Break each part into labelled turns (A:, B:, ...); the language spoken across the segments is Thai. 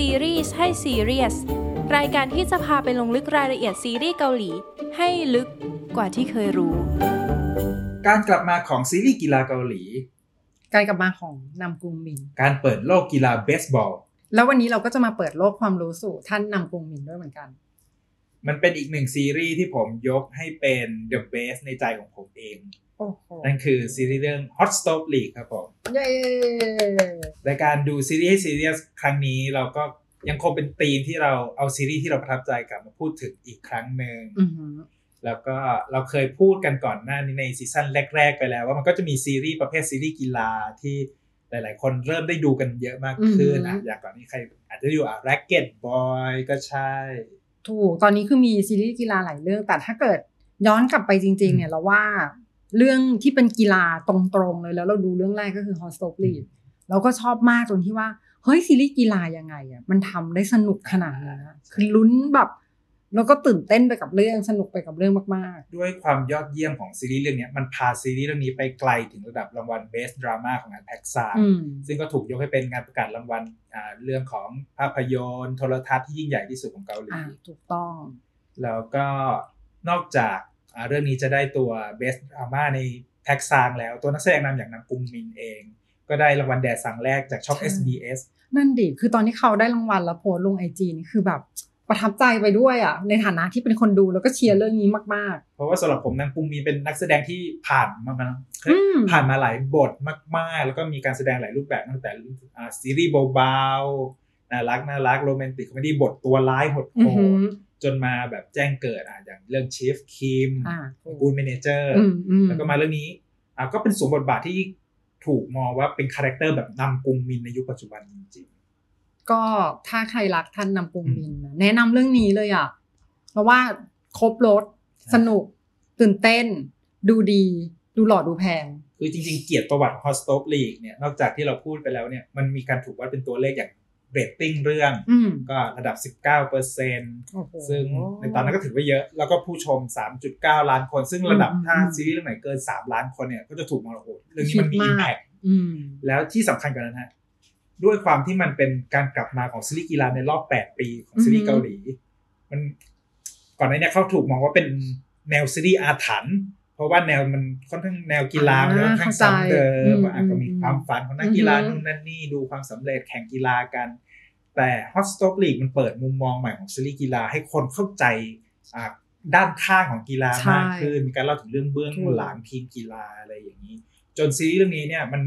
A: ซีรีส์ให้ซีเรียสรายการที่จะพาไปลงลึกรายละเอียดซีรีส์เกาหลี ให้ลึกกว่าที่เคยรู้
B: การกลับมาของซีรีส์กีฬาเกาหลี
C: การกลับมาของนำกรุงมิน
B: การเปิดโลกกีฬาเบสบอล
C: แล้ววันนี้เราก็จะมาเปิดโลกความรู้สู่ท่านนำกรุงมินด้วยเหมือนกัน
B: มันเป็นอีกหนึ่งซีรีส์ที่ผมยกให้เป็น The Best ในใจของผมเอง
C: โอ้โห
B: นั่นคือซีรีส์เรื่อง Hot Stove League ครับผม
C: เย้
B: รายการดูซีรีส์ให้ซีเรียสครั้งนี้เราก็ยังคงเป็นธีมที่เราเอาซีรีส์ที่เราประทับใจกลับมาพูดถึงอีกครั้งหนึ่ง
C: อือหือ
B: แล้วก็เราเคยพูดกันก่อนหน้านี้ในซีซั่นแรก ๆ ไปแล้ว ว่ามันก็จะมีซีรีส์ประเภทซีรีส์กีฬาที่หลายๆ คนเริ่มได้ดูกันเยอะมากขึ้นนะอย่างก่อนนี้ใครอาจจะดูอ่ะ Racket Boy ก็ใช่
C: ถูกตอนนี้คือมีซีรีส์กีฬาหลายเรื่อง แต่ถ้าเกิดย้อนกลับไปจริง ๆ เนี่ยเราว่าเรื่องที่เป็นกีฬาตรงๆเลยแล้วเราดูเรื่องแรกก็คือ Hot Stove League เราก็ชอบมากตรงที่ว่า เฮ้ย ซีรีส์กีฬายังไงอ่ะมันทำได้สนุกขนาดนี้นะคือลุ้นแบบ แล้วก็ตื่นเต้นไปกับเรื่องสนุกไปกับเรื่องมาก
B: ด้วยความยอดเยี่ยมของซีรีส์เรื่องเนี้ยมันพาซีรีส์เรื่องนี้ไปไกลถึงระดับรางวัล Best Drama ของงานแพ็กซ่า
C: ๆ อืม
B: ซึ่งก็ถูกยกให้เป็นงานประกาศรางวัลอ่าเรื่องของภาพยนตร์โทรทัศน์ที่ยิ่งใหญ่ที่สุดของเกาหลี
C: อ่าถูกต้อง
B: แล้วก็นอกจากอ่าเรื่องนี้จะได้ตัว Best Drama ในแพ็กซางแล้วตัวนักแสดงนำอย่างนำกุงมินเอง ก็ได้รางวัลแดดสังแรกจากช่อง
C: ใช่
B: SBS
C: นั่นดิ คือตอนที่เขาได้รางวัลแล้วโพสต์ลงไอจีนี่คือแบบประทับใจไปด้วยอ่ะ ในฐานะที่เป็นคนดูแล้วก็เชียร์เรื่องนี้มาก
B: เพราะว่าสำหรับผมนางกุงมินเป็นนักแสดงที่ผ่านมามา
C: อืม
B: ผ่านมาหลายบทมาก ๆ แล้วก็มีการแสดงหลายรูปแบบตั้งแต่อ่าซีรีส์เบาๆน่ารักน่ารักโรแมนติกคอมเมดี้บทตัวร้ายหด
C: ๆ อื
B: โห
C: อหือ
B: ดจนมาแบบแจ้งเกิดอ่ะอย่างเรื่อง Chief Kim
C: อ่า
B: Good Manager
C: อืมอืม
B: แล้วก็มาเรื่องนี้อ่ะก็เป็นสวมบทบาทที่ถูกมองว่าเป็นคาแรคเตอร์แบบนำกรุงมินในยุคปัจจุบันจริง
C: ก็ถ้าใครรักท่านนำกรุงมินนะแนะนำเรื่องนี้เลยอ่ะ เพราะว่าครบรถ สนุก ตื่นเต้น ดูดี ดูหล่อดูแพง
B: ๆ คือจริงๆ เกียรติประวัติฮอสตอปลีกเนี่ยนอกจากที่เราพูดไปแล้วเนี่ยมันมีการถูกวัดเป็นตัวเลขอย่างเรตติ้งเรื่อง
C: อืม
B: ก็ระดับ 19%
C: โอ้โห
B: ซึ่งในตอนนั้นก็ถือว่าเยอะ แล้วก็ผู้ชม 3.9 ล้านคน ซึ่งระดับ
C: อืม
B: ถ้า
C: อืม
B: ซีรีส์เรื่องไหนเกิน 3 ล้านคนเนี่ยก็จะถูกมองว่าโอ้โหเรื่องนี้มันมี
C: คิดมาก
B: impact
C: อืม
B: แล้วที่สำคัญกว่านั้นฮะด้วยความที่มันเป็นการกลับมาของซีรีส์กีฬาในรอบ 8 ปีของซีรีส์เกาหลี มันก่อนหน้าเนี้เขาถูกมองว่าเป็นแนวซีรีส์อาถรรพ์เพราะว่าแนวมันค่อนข้างแนวกีฬา
C: อ่า
B: มันค่อนข้างซ้ำเดิม
C: เข้าใจ
B: ว่าอาจจะมีความฝันของนักกีฬา
C: อือฮึ
B: นู่นนั่นนี่ดูความสำเร็จแข่งกีฬากัน แต่ฮอตสต o ปลีกมันเปิดมุมมองใหม่ของซีรีส์กีฬาให้คนเข้าใจอ่าด้านข้างของกีฬามากขึ้นมีการเล่าถึงเรื่องเบื้องหลังทีมกีฬาอะไรอย่างนี้ จนซีรีส์เรื่องนี้เนี่ยมัน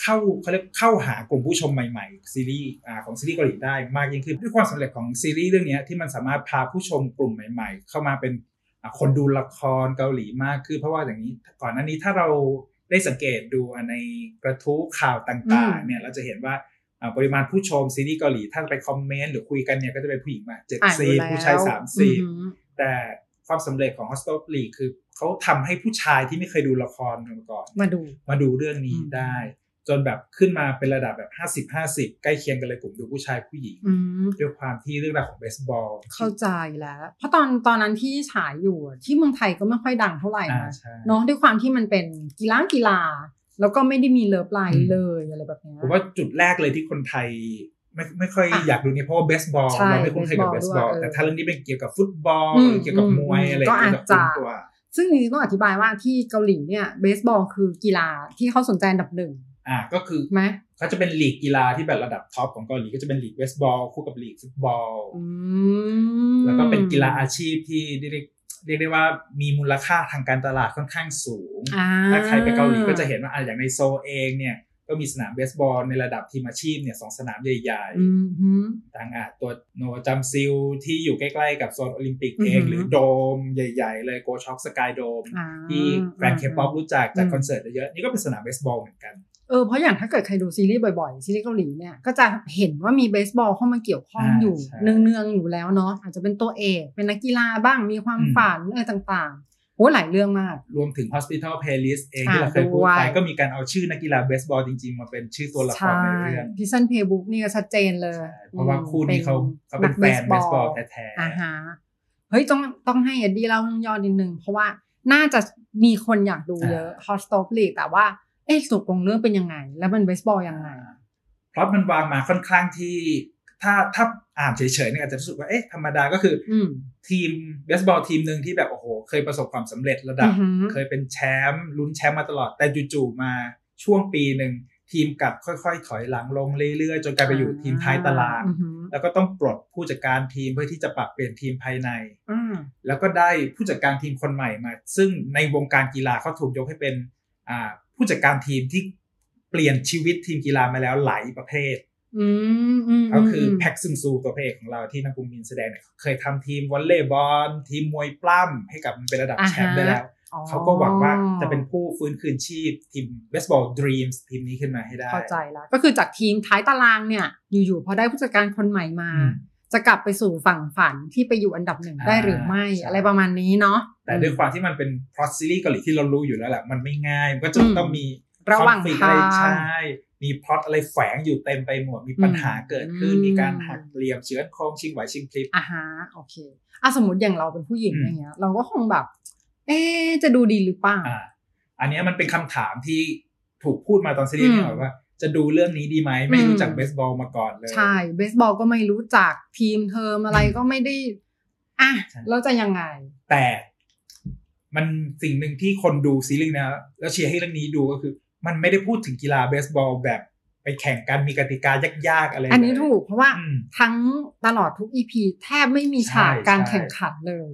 B: เข้าเขาเรียกเข้าหากลุ่มผู้ชมใหม่ๆซีรีส์อ่าของซีรีส์เกาหลีได้มากยิ่งขึ้นด้วยความสำเร็จของซีรีส์เรื่องนี้ที่มันสามารถพาผู้ชมกลุ่มใหม่ ๆ เข้ามาเป็นอ่าคนดูละครเกาหลีมากขึ้นเพราะว่าอย่างนี้ก่อนหน้านี้ถ้าเราได้สังเกตดูอ่ะในกระทู้ข่าวต่าง
C: อื
B: ๆ
C: ม
B: เนี่ยเราจะเห็นว่าอ่าปริมาณผู้ชมซีรีส์เกาหลีถ้าไปคอมเมนต์หรือคุยกันเนี่ยก็จะเป็นผู้หญิงมาเจ็ด
C: อ่าน
B: สิบ
C: ดูแล้ว
B: ผู้ชายสามสิบ
C: อือหือ
B: แต่ความสำเร็จของ h o s t e l League คือเขาทำให้ผู้ชายที่ไม่เคยดูละครมาก่อน
C: มาดู
B: มาดูเรื่องนี้ได้ จนแบบขึ้นมาเป็นระดับแบบ 50 50 ใกล้เคียงกันเลยกลุ่มดูผู้ชายผู้หญิง
C: อืม
B: ด้วยความที่เรื่องราวของเบสบอล
C: เข้าใจแล้ว เพราะตอนตอนนั้นที่ฉายอยู่อะที่เมืองไทยก็ไม่ค่อยดังเท่าไหร่
B: อ่า
C: นะ
B: ใช่
C: เน้องด้วยความที่มันเป็นกีฬากีฬา แล้วก็ไม่ได้มีเลิฟไล
B: อืม
C: น์เลยอะไรแบบเนี้ย
B: ผมว่าจุดแรกเลยที่คนไทยไม่ไม่ค่อย
C: อ่ะ
B: อยากดูเนี่ยเพราะว่าเบสบอล
C: ใช่
B: เราไม่คุ้นเคยกับเบสบอล
C: เบสบอลด้วย
B: แต่ถ้าเรื่องนี้เป็นเกี่ยวกับฟุตบอล
C: อืม
B: หรือเกี่ยวกับมวย
C: อืม
B: อะไร
C: ก็อาจจะ
B: คุ้นตัว
C: ซึ่งจริงๆต้องอธิบายว่าที่เกาหลีเนี่ยเบสบอลคือกีฬาที่เขาสนใจอันดับหนึ่ง
B: อ่าก็คือ
C: ไหม
B: เขาจะเป็นลีกกีฬาที่แบบระดับท็อปของเกาหลีก็จะเป็นลีกเบสบอลคู่กับลีกฟุตบอล
C: อืม
B: แล้วก็เป็นกีฬาอาชีพที่เรียกได้เรียกได้ว่ามีมูลค่าทางการตลาดค่อนข้างสูง
C: อ่
B: ถ้าใครไปเกาหลีก็จะเห็นว่าอ่ะอย่างในโซลเองเนี่ยก็มีสนามเบสบอลในระดับทีมอาชีพเนี่ยสองสนามใหญ่
C: อืมฮึ
B: ๆทางอ่ะตัวโนวาจัมซิลที่อยู่ใกล้ๆกับโซนโอลิมปิกเอง
C: อือหือ
B: หรือโดมใหญ่ ๆ เลยโกช็อกสกายโดม
C: อ่า
B: ที่แฟนเคป๊อปรู้จักจาก
C: อืม
B: คอนเสิร์ตเยอะๆนี่ก็เป็นสนามเบสบอลเหมือนกัน
C: เออเพราะอย่างถ้าเกิดใครดูซีรีส์บ่อยๆ ซีรีส์เกาหลีเนี่ยก็จะเห็นว่ามีเบสบอลเข้ามาเกี่ยวข้อง
B: อ่า
C: อยู่
B: ใช่
C: เนืองๆอยู่แล้วเนาะอาจจะเป็นตัวเอกเป็นนักกีฬาบ้างมีความ
B: อืม
C: ฝันอะไรต่างๆโอ้หลายเรื่องมาก
B: รวมถึง Hospital Playlist เอง
C: อ่า
B: ที่เราเคยพูดไป
C: ด้วย
B: ก็มีการเอาชื่อนักกีฬาเบสบอลจริงๆ มาเป็นชื่อตัวละครในเรื่อง
C: พิซซันเพย์บุ๊กนี่ก็ชัดเจนเลย
B: ใช่เพราะว่า
C: อืม
B: คู่นี้เขาเขาเป็นแฟนเบสบอลแท้
C: อ่าฮะเฮ้ยต้องต้องให้เอ็ดดี้เล่าเรื่องย่อนิดนึง เพราะว่าน่าจะมีคนอยากดูเยอะฮอสตอปลีกแต่ว่าเอ๊ะสุกลงเรื่องเป็นยังไง แล้วมันเบสบอลยังไง
B: ๆเพราะมันวางมาค่อนข้างที่ ถ้าถ้าอ่านเฉยๆเนี่ยอาจจะรู้สึกว่าเอ๊ะธรรมดาก็คืออ
C: อืม
B: ทีมเบสบอลทีมหนึ่งที่แบบโอ้โห เคยประสบความสำเร็จระดั
C: อื
B: บ
C: อหือ
B: เคยเป็นแชมป์ลุ้นแชมป์มาตลอด แต่จู่ๆมาช่วงปีหนึ่ง ทีมกลับค่อยๆ ถอยหลังลงเรื่อยๆ จนกลายไปอยู่ทีมท้ายตาราง
C: อือหือ
B: แล้วก็ต้องปลดผู้จัดการทีมเพื่อที่จะปรับเปลี่ยนทีมภายใน
C: อ่า
B: แล้วก็ได้ผู้จัดการทีมคนใหม่มา ซึ่งในวงการกีฬาเขาถูกยกให้เป็นอ่าผู้จัดการทีมที่เปลี่ยนชีวิตทีมกีฬามาแล้วหลายประเภท
C: อืมอืม
B: ก็คือ
C: ม
B: แพ็กซึงซูตัวพระเอกของเราที่นักบุญมินแสดงเนี่ยเคยทำทีมวอลเลย์บอลทีมมวยปล้ำให้กลับมาเป็นระดับแชมป์ได้แล้ว
C: อ๋อ
B: เขาก็หวังว่าจะเป็นผู้ฟื้นคืนชีพทีมเบสบอลดรีมส์ทีมนี้ขึ้นมาให้ได้
C: เข้าใจแล้วก็คือจากทีมท้ายตารางเนี่ย อยู่ๆพอได้ผู้จัดการคนใหม่มา
B: อืม
C: จะกลับไปสู่ฝั่งฝันที่ไปอยู่อันดับหนึ่งได้หรือไม่
B: ใช่
C: อะไรประมาณนี้เนาะ
B: แต่ด้วยความที่มันเป็นพล็อตซีรีส์เกาหลีที่เรารู้อยู่แล้วแหละมันไม่ง่าย มันก็จะ
C: อืม
B: ต้องมี
C: ระหว่าง
B: คอนฟ lict อะไร
C: ทาง
B: ใช่ มีพล็อตอะไรแฝงอยู่เต็มไปหมดมีปัญหาเกิดขึ้น
C: อืม
B: มีการหักเหลี่ยมเชื้อโครงชิงไหวชิงพลิบ
C: อ่าฮะโอเคอ่ะสมมติอย่างเราเป็นผู้หญิง
B: อืม
C: อย่างเงี้ย เราก็คงแบบ เอ๊ะจะดูดีหรือเปล่า
B: อ่าอันเนี้ยมันเป็นคำถามที่ถูกพูดมาตอนซีรีส์
C: อืม
B: เนี่ยแบบว่า จะดูเรื่องนี้ดีไหมไม่
C: อื
B: รู้
C: ม
B: จักเบสบอลมาก่อนเลย
C: ใช่เบสบอลก็ไม่รู้จักทีมเทอมอะไรก็ไม่ได้อ่ะ
B: ใช่
C: แล้วจะยังไง
B: แต่มันสิ่งหนึ่งที่คนดูซีรีส์นะแล้วเชียร์ให้เรื่องนี้ดูก็คือ มันไม่ได้พูดถึงกีฬาเบสบอลแบบไปแข่งกันมีกติกายากๆอะไร
C: อันนี้
B: เลย
C: ถูกเพราะว่า
B: อืม
C: ทั้งตลอดทุก EP แทบไม่มีฉาก
B: ใช่
C: การ
B: ใช่
C: แข่งขันเลย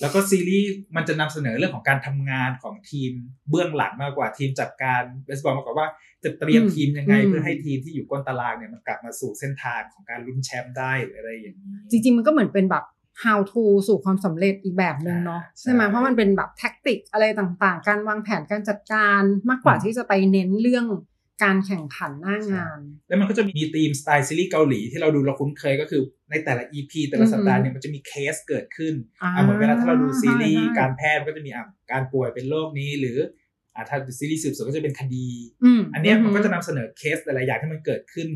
B: แล้วก็ซีรีส์มันจะนำเสนอเรื่องของการทำงานของทีมเบื้องหลังมากกว่าทีมจัดการเบสบอลมากกว่าว่าจะเตรียม
C: อืม
B: ทีมยังไง
C: อืม
B: เพื่อให้ทีมที่อยู่ก้นตารางเนี่ยมันกลับมาสู่เส้นทางของการลุ้นแชมป์ได้หรืออะไรอย่างนี้
C: จริงๆ มันก็เหมือนเป็นแบบ how to สู่ความสำเร็จอีกแบบหนึ่งเนาะ
B: ใช่
C: ใช่ไหมเพราะมันเป็นแบบแท็กติกอะไรต่างๆ การวางแผนการจัดการมากกว่า
B: อืม
C: ที่จะไปเน้นเรื่องการแข่งขันหน้างาน
B: แล้วมันก็จะมีธีมสไตล์ซีรีส์เกาหลีที่เราดูเราคุ้นเคยก็คือในแต่ละ EP แต่ละสัปดาห์เนี่ยมันจะมีเคสเกิดขึ้น อ่ะเหมือนเวลาถ้าเราดูซีรีส์การแพทย์มันก็จะมีอ่ะการป่วยเป็นโรคนี้หรืออ่ะถ้าซีรีส์สืบสวนก็จะเป็นคดี อันเนี้ยมันก็จะนำเสนอเคสหลายๆอย่างที่มันเกิดขึ้น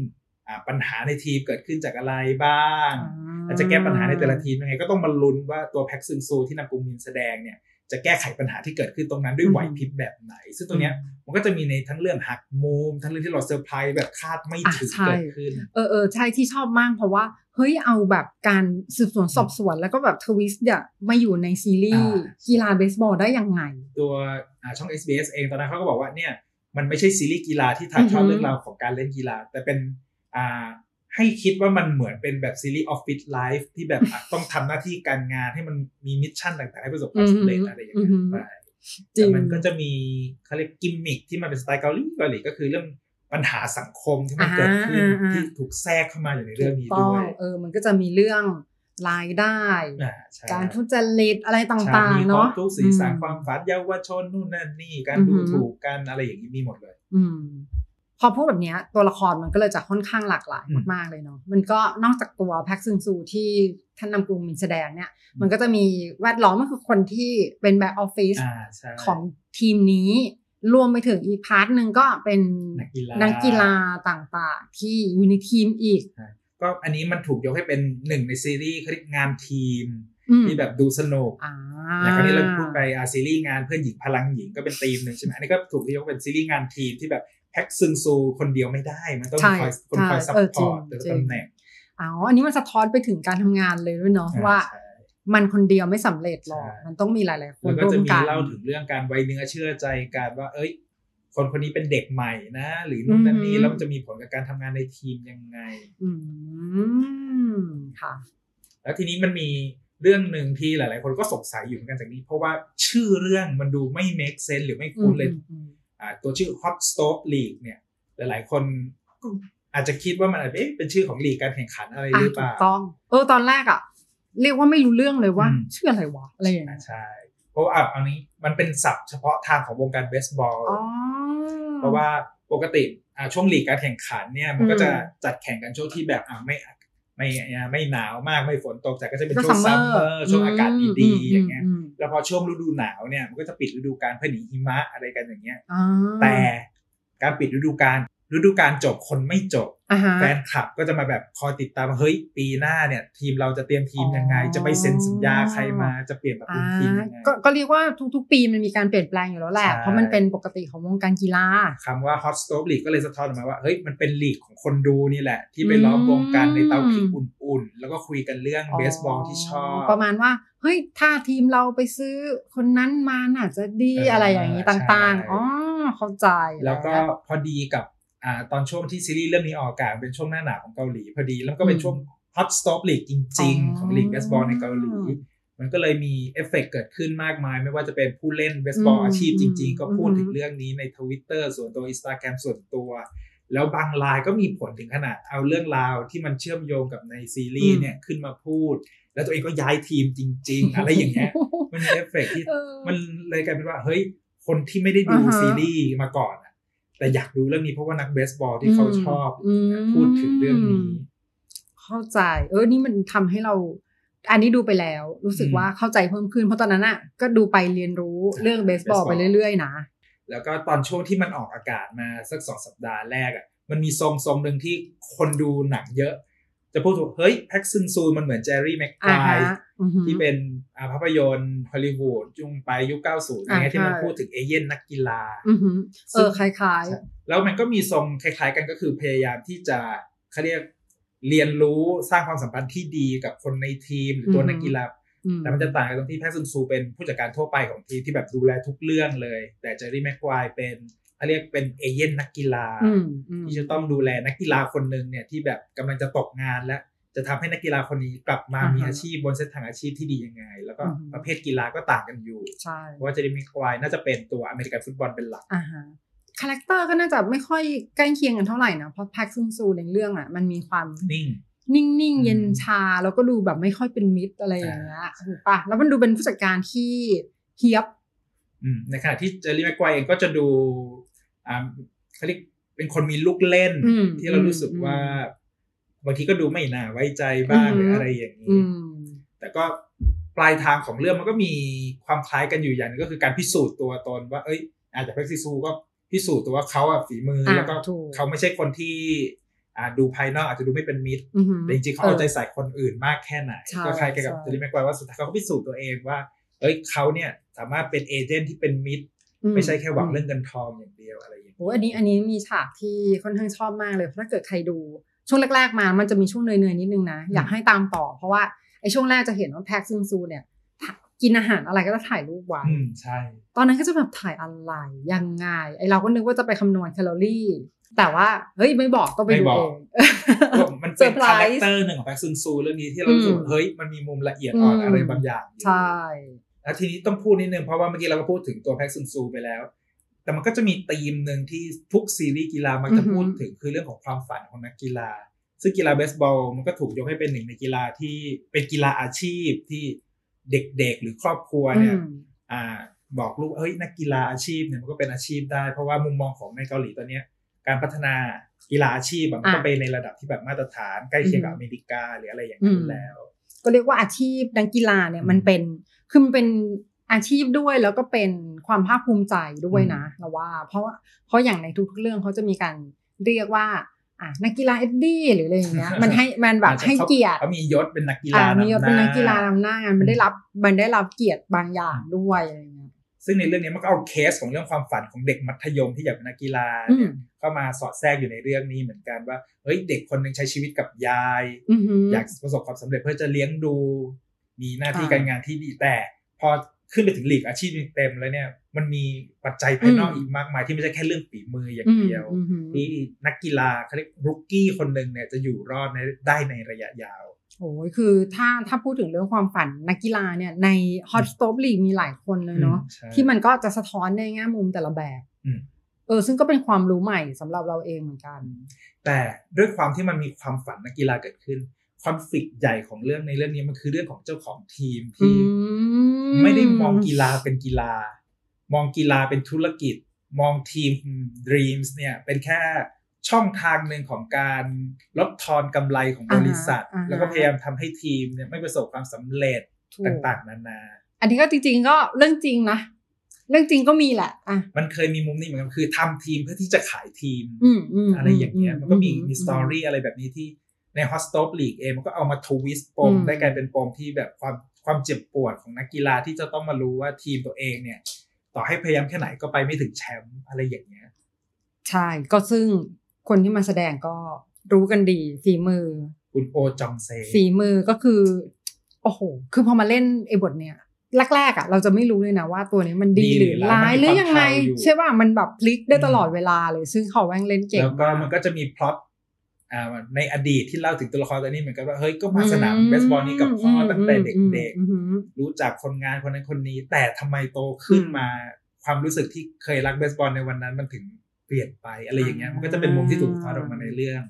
B: อ่ะปัญหาในทีมเกิดขึ้นจากอะไรบ้างแล้วจะแก้ปัญหาในแต่ละทีมยังไงก็ต้องมาลุ้นว่าตัวแพ็กซึนซูที่นำกุงมินแสดงเนี่ยจะแก้ไขปัญหาที่เกิดขึ้นตรงนั้นด้วยไหวพริบแบบไหน ซึ่งตรงเนี้ยมันก็จะมีในทั้งเรื่องหักมุมทั้งเรื่องที่เราเซอร์ไพรส์แบบคาดไม่ถึง
C: อ่ะใช่
B: เกิดขึ้น
C: เออเออใช่ที่ชอบมากเพราะว่า เฮ้ยเอาแบบการสืบสวนสอบสวนแล้วก็แบบทวิสต์เนี่ยมาอยู่ในซีรีส์
B: อ่า
C: กีฬาเบสบอลได้ยังไง
B: ตัวอ่าช่อง SBS เองตอนนั้นเขาก็บอกว่าเนี่ยมันไม่ใช่ซีรีส์กีฬาที่ถ่ายทอ
C: อือ
B: ด
C: ฮึ
B: เรื่องราวของการเล่นกีฬา แต่เป็นอ่าให้คิดว่ามันเหมือนเป็นแบบซีรีส์ออฟฟิศไลฟ์ที่แบบอ่ะต้องทำหน้าที่การงานให้มันมีมิชชั่นต่างๆ ให้ประสบความสำเร็จอะไรอย่างเงี้ยไป
C: จริ
B: แต่
C: ง
B: มันก็จะมีเขาเรียกกิมมิคที่มันเป็นสไตล์เกาหลีเกาหลีก็คือเรื่องปัญหาสังคมที่มันเกิดขึ้น
C: อ่าอ่า
B: ที่ถูกแทรกเข้ามาอยู่ในเรื่องนี้
C: ถูกต้
B: ด้วย
C: เออ มันก็จะมีเรื่องรายได้
B: อ่าใช่
C: การทุจริตอะไรต
B: ใช่
C: ่าง
B: มีควา
C: ๆเนาะ
B: มทุกข์สีสัน
C: อื
B: ความฝันเยาวชนนู่นนั่นนี่การ
C: อือฮึ
B: ดูถูกกันอะไรอย่างนี้มีหมดเลย
C: อืม พอพูดแบบเนี้ย ตัวละครมันก็เลยจะค่อนข้างหลากหลาย
B: อืม
C: มากๆเลยเนาะมันก็นอกจากตัวแพ็กซึงซูที่ท่านนำกรุงมินแสดงเนี่ย
B: ม
C: มันก็จะมีแวดล้อมก็คือคนที่เป็นแบ็กออฟฟิศ
B: อ่าใช่
C: ของทีมนี้ รวมไปถึงอีกพาร์ทหนึ่งก็เป็น
B: นักกีฬานั
C: นักกีฬาต่างๆ ที่อยู่ในทีมอีก
B: ก็อันนี้มันถูกยกให้เป็นหนึ่งในซีรีส์เขาเรียกงานทีม
C: อืม
B: ที่แบบดูสนุก
C: อ่า
B: แล้วก็นี่เราพูดไปอาซีรีส์งานเพื่อนหญิงพลังหญิงก็เป็นทีมหนึ่งใช่ไหมอันนี้ก็ถูกยกเป็นซีรีส์งานทีมที่แบบแพ็กซึงซูคนเดียวไม่ได้ มันต้อง
C: ใช่
B: มีคอยคนคอย
C: ใช่
B: ซัพ
C: เออ
B: พ
C: จริ
B: อง ร์ตแต่ละ
C: จริง
B: ตำแหน่ง
C: อ๋ออันนี้มันสะท้อนไปถึงการทำงานเลยด้วยเนาะว่า
B: ใช่
C: มันคนเดียวไม่สำเร็จหรอก
B: ใช่
C: มันต้องมีหลายๆ คน
B: แล้วก็
C: ร่ว
B: จะ
C: ม
B: มี
C: กัน
B: เล่าถึงเรื่องการไว้เนื้อเชื่อใจการว่า เอ้ย คนคนนี้เป็นเด็กใหม่นะ หรือนู่นนั่นนี่
C: อือหือ
B: แล้วมันจะมีผลกับการทำงานในทีมยังไง
C: อืมค่ะ
B: แล้วทีนี้มันมีเรื่องหนึ่งที่หลาย ๆ คนก็สงสัยอยู่เหมือนกันจากนี้ เพราะว่าชื่อเรื่องมันดูไม่ make sense หรือไม่คุ้นเลย
C: อืม
B: อ่าตัวชื่อ Hot Stove League เนี่ย หลาย ๆ คนก็อาจจะคิดว่ามันอาจจะเอ๊ะเป็นชื่อของลีกการแข่งขันอะไร
C: อ่ะ
B: หรือเป
C: ถูก
B: ล่า
C: ต้อง เออ ตอนแรกอ่ะ เรียกว่าไม่รู้เรื่องเลยว่า
B: อืม
C: ชื่ออะไรวะ อะไรอย่าง
B: อ่า
C: เงี้ย
B: ใช่ เพราะว่าอ่ะอันนี้มันเป็นศัพท์เฉพาะทางของวงการเบสบอล
C: อ๋อ
B: เพราะว่าปกติอ่าช่วงลีกการแข่งขันเนี่ยมันก็
C: อืม
B: จะจัดแข่งกันช่วงที่แบบอ่าไม่ไม่อ่าไม่หนาวมากไม่ฝนตกแต่ก็จะเป็น
C: ก็
B: ช่วงซัม
C: summer
B: เมอร์ช่วงอากาศดีๆอย่างเงี้ย
C: มม
B: แล้วพอช่วงฤดูหนาวเนี่ยมันก็จะปิดฤดูกาลเพื่อหนีหิมะอะไรกันอย่างเงี้ย
C: อ่า
B: แต่การปิดฤดูกาล ฤดูกาลจบคนไม่จบ
C: อ่าฮะ
B: แฟนคลับก็จะมาแบบคอยติดตามว่าเฮ้ยปีหน้าเนี่ย ทีมเราจะเตรียมทีมยังไง
C: อ๋อ
B: จะไปเซ็นสัญญาใครมาจะเปลี่ยนแบบ
C: อ่า
B: เป็นทีมยังไง
C: ก็ก็เรียกว่าทุกๆ ปีมันมีการเปลี่ยนแปลงอยู่แล้วแหละ
B: ใช่
C: เพราะมันเป็นปกติของวงการกีฬา
B: คำว่า hot stove league ก็เลยสะท้อนออกมาว่าเฮ้ยมันเป็นลีกของคนดูนี่แหละ ที่ไปล้อมวงกันในเตาผิงอุ่นๆ แล้วก็คุยกันเรื่องเบสบอลที่ชอบ
C: ประมาณว่าเฮ้ยถ้าทีมเราไปซื้อคนนั้นมาน่าจะดี
B: เอออ
C: อะไรอย่างนี้ต่าง
B: ใช่
C: ๆอ๋อเข้าใจ
B: แล้วก็
C: นะ
B: พอดีกับอ่าตอนช่วงที่ซีรีส์เรื่องนี้ออกอากาศเป็นช่วงหน้าหนาวของเกาหลีพอดี แล้วก็เป็นช่วง hot stove league จริง
C: อ๋อ
B: ๆ ของลีกเบสบอลในเกาหลี มันก็เลยมีเอฟเฟกต์เกิดขึ้นมากมาย ไม่ว่าจะเป็นผู้เล่นเบสบอล
C: อืม
B: อาชีพจริง
C: อืม
B: ๆ ก็พูด
C: อืม
B: ถึงเรื่องนี้ในทวิตเตอร์ส่วนตัวอินสตาแกรมส่วนตัว แล้วบางรายก็มีผลถึงขนาดเอาเรื่องราวที่มันเชื่อมโยงกับในซีรีส์เนี่ยขึ้นมาพูด แล้วตัวเองก็ย้ายทีมจริง ๆ อะไรอย่างเงี้ยมันมีเอฟเฟกต์ที่
C: เออ
B: มันเลยกลายเป็นว่าเฮ้ยคนที่ไม่ได้ดู
C: อ่าฮะ
B: ซีรีส์มาก่อนอะแต่อยากดูเรื่องนี้เพราะว่านักเบสบอลที่เขาชอบ
C: ม
B: พูดถึงเรื่องนี้
C: เข้าใจ เออนี่มันทำให้เรา อันนี้ดูไปแล้ว รู้สึก
B: อืม
C: ว่าเข้าใจเพิ่มขึ้น เพราะตอนนั้นอ่ะก็ดูไปเรียนรู้
B: ใช่
C: เรื่องเบสบอล
B: baseball
C: ไปเรื่อยๆ นะ
B: แล้วก็ตอนช่วงที่มันออกอากาศมาสักสองสัปดาห์แรกอะมันมีทรงทรงหนึ่งที่คนดูหนังเยอะ จะพูดถูกเฮ้ยแพ็กซึนซูมันเหมือนแจรี่แม็กไก
C: อ่าฮะ
B: ร์
C: อือฮึ
B: ที่เป็นอ่าภาพยนตร์ฮอลลีวูดยุงไปยุค 90อะไรเงี้ย
C: อ่า
B: ที่มัน
C: ใช่
B: พูดถึงเอเย่นนักกีฬา
C: อือฮึเออคล้าย
B: ใช่แล้วมันก็มีทรงคล้ายๆกันก็คือพยายามที่จะเขาเรียกเรียนรู้สร้างความสัมพันธ์ที่ดีกับคนในทีมหรือตัว
C: อือฮึ
B: นักกีฬา
C: ๆอืม
B: แต่มันจะต่างกันตรงที่แพทย์ซุนซูเป็นผู้จัดการทั่วไปของทีมที่แบบดูแลทุกเรื่องเลย แต่เจอรี่แม็กควายเป็นเขาเรียกเป็นเอเย่นนักกีฬา
C: อืมอืม
B: ที่จะต้องดูแลนักกีฬาคนหนึ่งเนี่ยที่แบบกำลังจะตกงานและจะทำให้นักกีฬาคนนี้กลับมา
C: อ่าฮะ
B: มีอาชีพบนเส้นทางอาชีพที่ดียังไง แล้วก็
C: อือฮึ
B: ประเภทกีฬาก็ต่างกันอยู่
C: ใช่
B: เพราะว่าเจอรี่แม็กควายน่าจะเป็นตัวอเมริกันฟุตบอลเป็นหลัก
C: อ่าฮะคาแรคเตอร์ก็น่าจะไม่ค่อยใกล้เคียงกันเท่าไหร่นะเพราะแพ็กซึ่งซูในเรื่องอ่ะมันมีความ
B: นิ่ง
C: นิ่ง
B: อืม
C: ๆ เย็นชา แล้วก็ดูแบบไม่ค่อยเป็นมิตรอะไรอย่างเงี้ยถูกปะแล้วมันดูเป็นผู้จัดการที่เฮียบ
B: อืมในขณะที่เจอรี่แม็กควายเองก็จะดูอ่าเขาเรียกเป็นคนมีลูกเล่น
C: อืม
B: ที่เรารู้สึกว่า บางทีก็ดูไม่น่าไว้ใจบ้าง
C: อือ
B: ห
C: ฮึ
B: รืออะไรอย่างนี้
C: อืม
B: แต่ก็ปลายทางของเรื่องมันก็มีความคล้ายกันอยู่อย่างหนึงก็คือการพิสูจน์ตัวตนว่าเอ้ย อาจจะแพ็กซิซูก็พิสูจน์ตัวว่าเขาอะฝีมือ
C: อ่า
B: แล้วก็
C: ถูก
B: เขาไม่ใช่คนที่อ่าดูภายนอกอาจจะดูไม่เป็นมิตร
C: อือหือ
B: แต่จริงๆเขาเอาใจใส่คนอื่นมากแค่ไหน
C: ใช่
B: ก็คล้ายกันกับ
C: ใช่
B: เจอรี่แม็กควายว่าสุดท้ายเขาก็พิสูจน์ตัวเองว่า เอ้ยเขาเนี่ยสามารถเป็นเอเจนต์ที่เป็นมิตร
C: อื
B: ไม่ใช่แค่หวังเรื่องเงินทองอย่างเดียวอะไรอย่างเงี้ย
C: โอ้อันนี้อันนี้มีฉากที่ค่อนข้างชอบมากเลยเพราะถ้าเกิดใครดู ช่วงแรก ๆ มา มันจะมีช่วงเนื่อย ๆ นิดนึงนะ อยากให้ตามต่อ เพราะว่าไอ้ช่วงแรกจะเห็นว่าแพ็กซึงซูเนี่ยกินอาหารอะไรก็จะถ่ายรูปไว้
B: อืมใช่
C: ตอนนั้นก็จะแบบถ่ายอะไรยังไงไอเราก็นึกว่าจะไปคำนวณแคลอรี่ แต่ว่าเฮ้ยไม่บอกต้องไปดูเอง
B: ก็ มันเป็นคาแรค
C: Surprise
B: เตอร์หนึ่งของแบ็กซึนซูเรื่องนี้ที่เรารู้สึกว่า
C: อืม
B: เฮ้ยมันมีมุมละเอียดอ่อน
C: อืม
B: อะไรบางอย่างอยู่
C: ใช่
B: แล้วทีนี้ต้องพูดนิดนึงเพราะว่าเมื่อกี้เราก็พูดถึงตัวแพ็กซึนซูไปแล้ว แต่มันก็จะมีธีมหนึ่งที่ทุกซีรีส์กีฬามักจะ
C: อือหือ
B: พูดถึงคือเรื่องของความฝันของนักกีฬา ซึ่งกีฬาเบสบอลมันก็ถูกยกให้เป็นหนึ่งในกีฬาที่เป็นกีฬาอาชีพที่เด็กๆ หรือครอบครัวเนี่ย
C: อืม
B: อ่าบอกลูกเฮ้ยนักกีฬาอาชีพเนี่ยมันก็เป็นอาชีพได้ เพราะว่ามุมมองของในเกาหลีตอนเนี้ยการพัฒนากีฬาอาชีพอะมันก็
C: อ่ะ
B: ไปในระดับที่แบบมาตรฐานใกล้เคียงกับ
C: อืม
B: อเมริกาหรืออะไรอย่างนั้นแล้ว
C: ก็เรียกว่าอาชีพนักกีฬาเนี่ยมันเป็นคือมันเป็นอาชีพด้วยแล้วก็เป็นความภาคภูมิใจด้วยนะเราว่า เพราะว่าเพราะอย่างในทุกๆเรื่องเขาจะมีการเรียกว่าอ่ะนักกีฬาเอ็ดดี้หรืออะไรอย่างเงี้ ย มันให้มันแบบให้เกียรติ
B: เขามียศเป็นนักกีฬา
C: อ่ามี
B: มี
C: ยศเป็นนักกีฬานำหน้ามันได้รับมันได้รับเกียรติบางอย่างด้วยอะไรอย่างเงี้ย
B: ซึ่งในเรื่องเนี้ยมันก็เอาเคสของเรื่องความฝันของเด็กมัธยมที่อยากเป็นนักกีฬา
C: อื
B: เนี่ย
C: ม
B: เข้ามาสอดแทรกอยู่ในเรื่องนี้เหมือนกันว่าเฮ้ยเด็กคนหนึ่งใช้ชีวิตกับยาย
C: อือหือ
B: อ
C: อ
B: ยากประสบความสำเร็จเพื่อจะเลี้ยงดู มีหน้าที่
C: อ่า
B: การงานที่ดีแต่ พอขึ้นไปถึงหลีกอาชีพเต็มแล้วเนี่ย มันมีปัจจัยภายนอก
C: อืม
B: อีกมากมายที่ไม่ใช่แค่เรื่องฝีมืออย่า
C: อื
B: ง
C: ม
B: เดียว
C: อือหือ
B: ที่นักกีฬาเขาเรียกรุกกี้คนหนึ่งเนี่ยจะอยู่รอดในได้ในระยะยาว
C: โอ้ยคือถ้าถ้าพูดถึงเรื่องความฝันนักกีฬาเนี่ยใน Hot Stop League มีหลายคนเลยเนาะ
B: อืมใช่
C: ที่มันก็จะสะท้อนในแง่มุมแต่ละแบบ
B: อืม
C: เออซึ่งก็เป็นความรู้ใหม่สำหรับเราเองเหมือนกัน
B: แต่ด้วยความที่มันมีความฝันนักกีฬาเกิดขึ้นคอนฟ lict ใหญ่ของเรื่องในเรื่องนี้มันคือเรื่องของเจ้าของทีม
C: อื
B: ที่
C: ม
B: ไม่ได้มองกีฬาเป็นกีฬา มองกีฬาเป็นธุรกิจ มองทีม Dreams เนี่ยเป็นแค่ช่องทางหนึ่งของการลดทอนกำไรของบริษัท
C: อ่าฮะอ่าฮะ
B: แล้วก็พยายามทำให้ทีมเนี่ยไม่ประสบความสำเร็จ
C: ถูก
B: ต่างๆ นานา
C: อันนี้ก็จริงๆก็เรื่องจริงนะ เรื่องจริงก็มีแหละอ่ะ
B: มันเคยมีมุมนี้เหมือนกันคือทำทีมเพื่อที่จะขายทีม
C: อืมอืม
B: อะไรอย่างเงี้ยมันก็มีมีสตอ
C: ม
B: รี่อะไรแบบนี้ที่ในฮอสตอปลีกเองมันก็เอามาทวิสต์ปม
C: อืม
B: ได้กลายเป็นปมที่แบบความความเจ็บปวดของนักกีฬาที่จะต้องมารู้ว่าทีมตัวเองเนี่ย ต่อให้พยายามแค่ไหนก็ไปไม่ถึงแชมป์อะไรอย่างเงี้ย
C: ใช่ ก็ซึ่งคนที่มาแสดงก็รู้กันดีฝีมือ
B: คุณโอจองเซ
C: ฝีมือก็คือ โอ้โห คือพอมาเล่นไอ้บทเนี้ยแรกๆอ่ะ เราจะไม่รู้เลยนะว่าตัวนี้มันดี
B: ดี
C: หรือ
B: หรือร้า
C: ร้าย ยหรือยังไง
B: มันมีความเท่าอยู่
C: ใช่ป่ะมันแบบพลิกได้ตลอดเวลาเลย ซึ่งเขาแม่งเล่นเก่ง
B: แล้วก็
C: า
B: มันก็จะมีพล็อตอ่าในอดีตที่เล่าถึงตัวละครตัวนี้เหมือนกันว่าเฮ้ยก็มาสนามเบสบอลนี้กับพ่อตั้งแต่เด็ก
C: อืมอืมอืม
B: ๆรู้จักคนงานคนนั้นคนนี้ แต่ทำไมโตขึ้น
C: อืม
B: มาความรู้สึกที่เคยรักเบสบอลในวันนั้นมันถึงเปลี่ยนไปอะไรอย่างเงี้ย
C: อ่ามั
B: มันก็จะเป็นมุมที่ถูกทอดออกมาในเรื่อง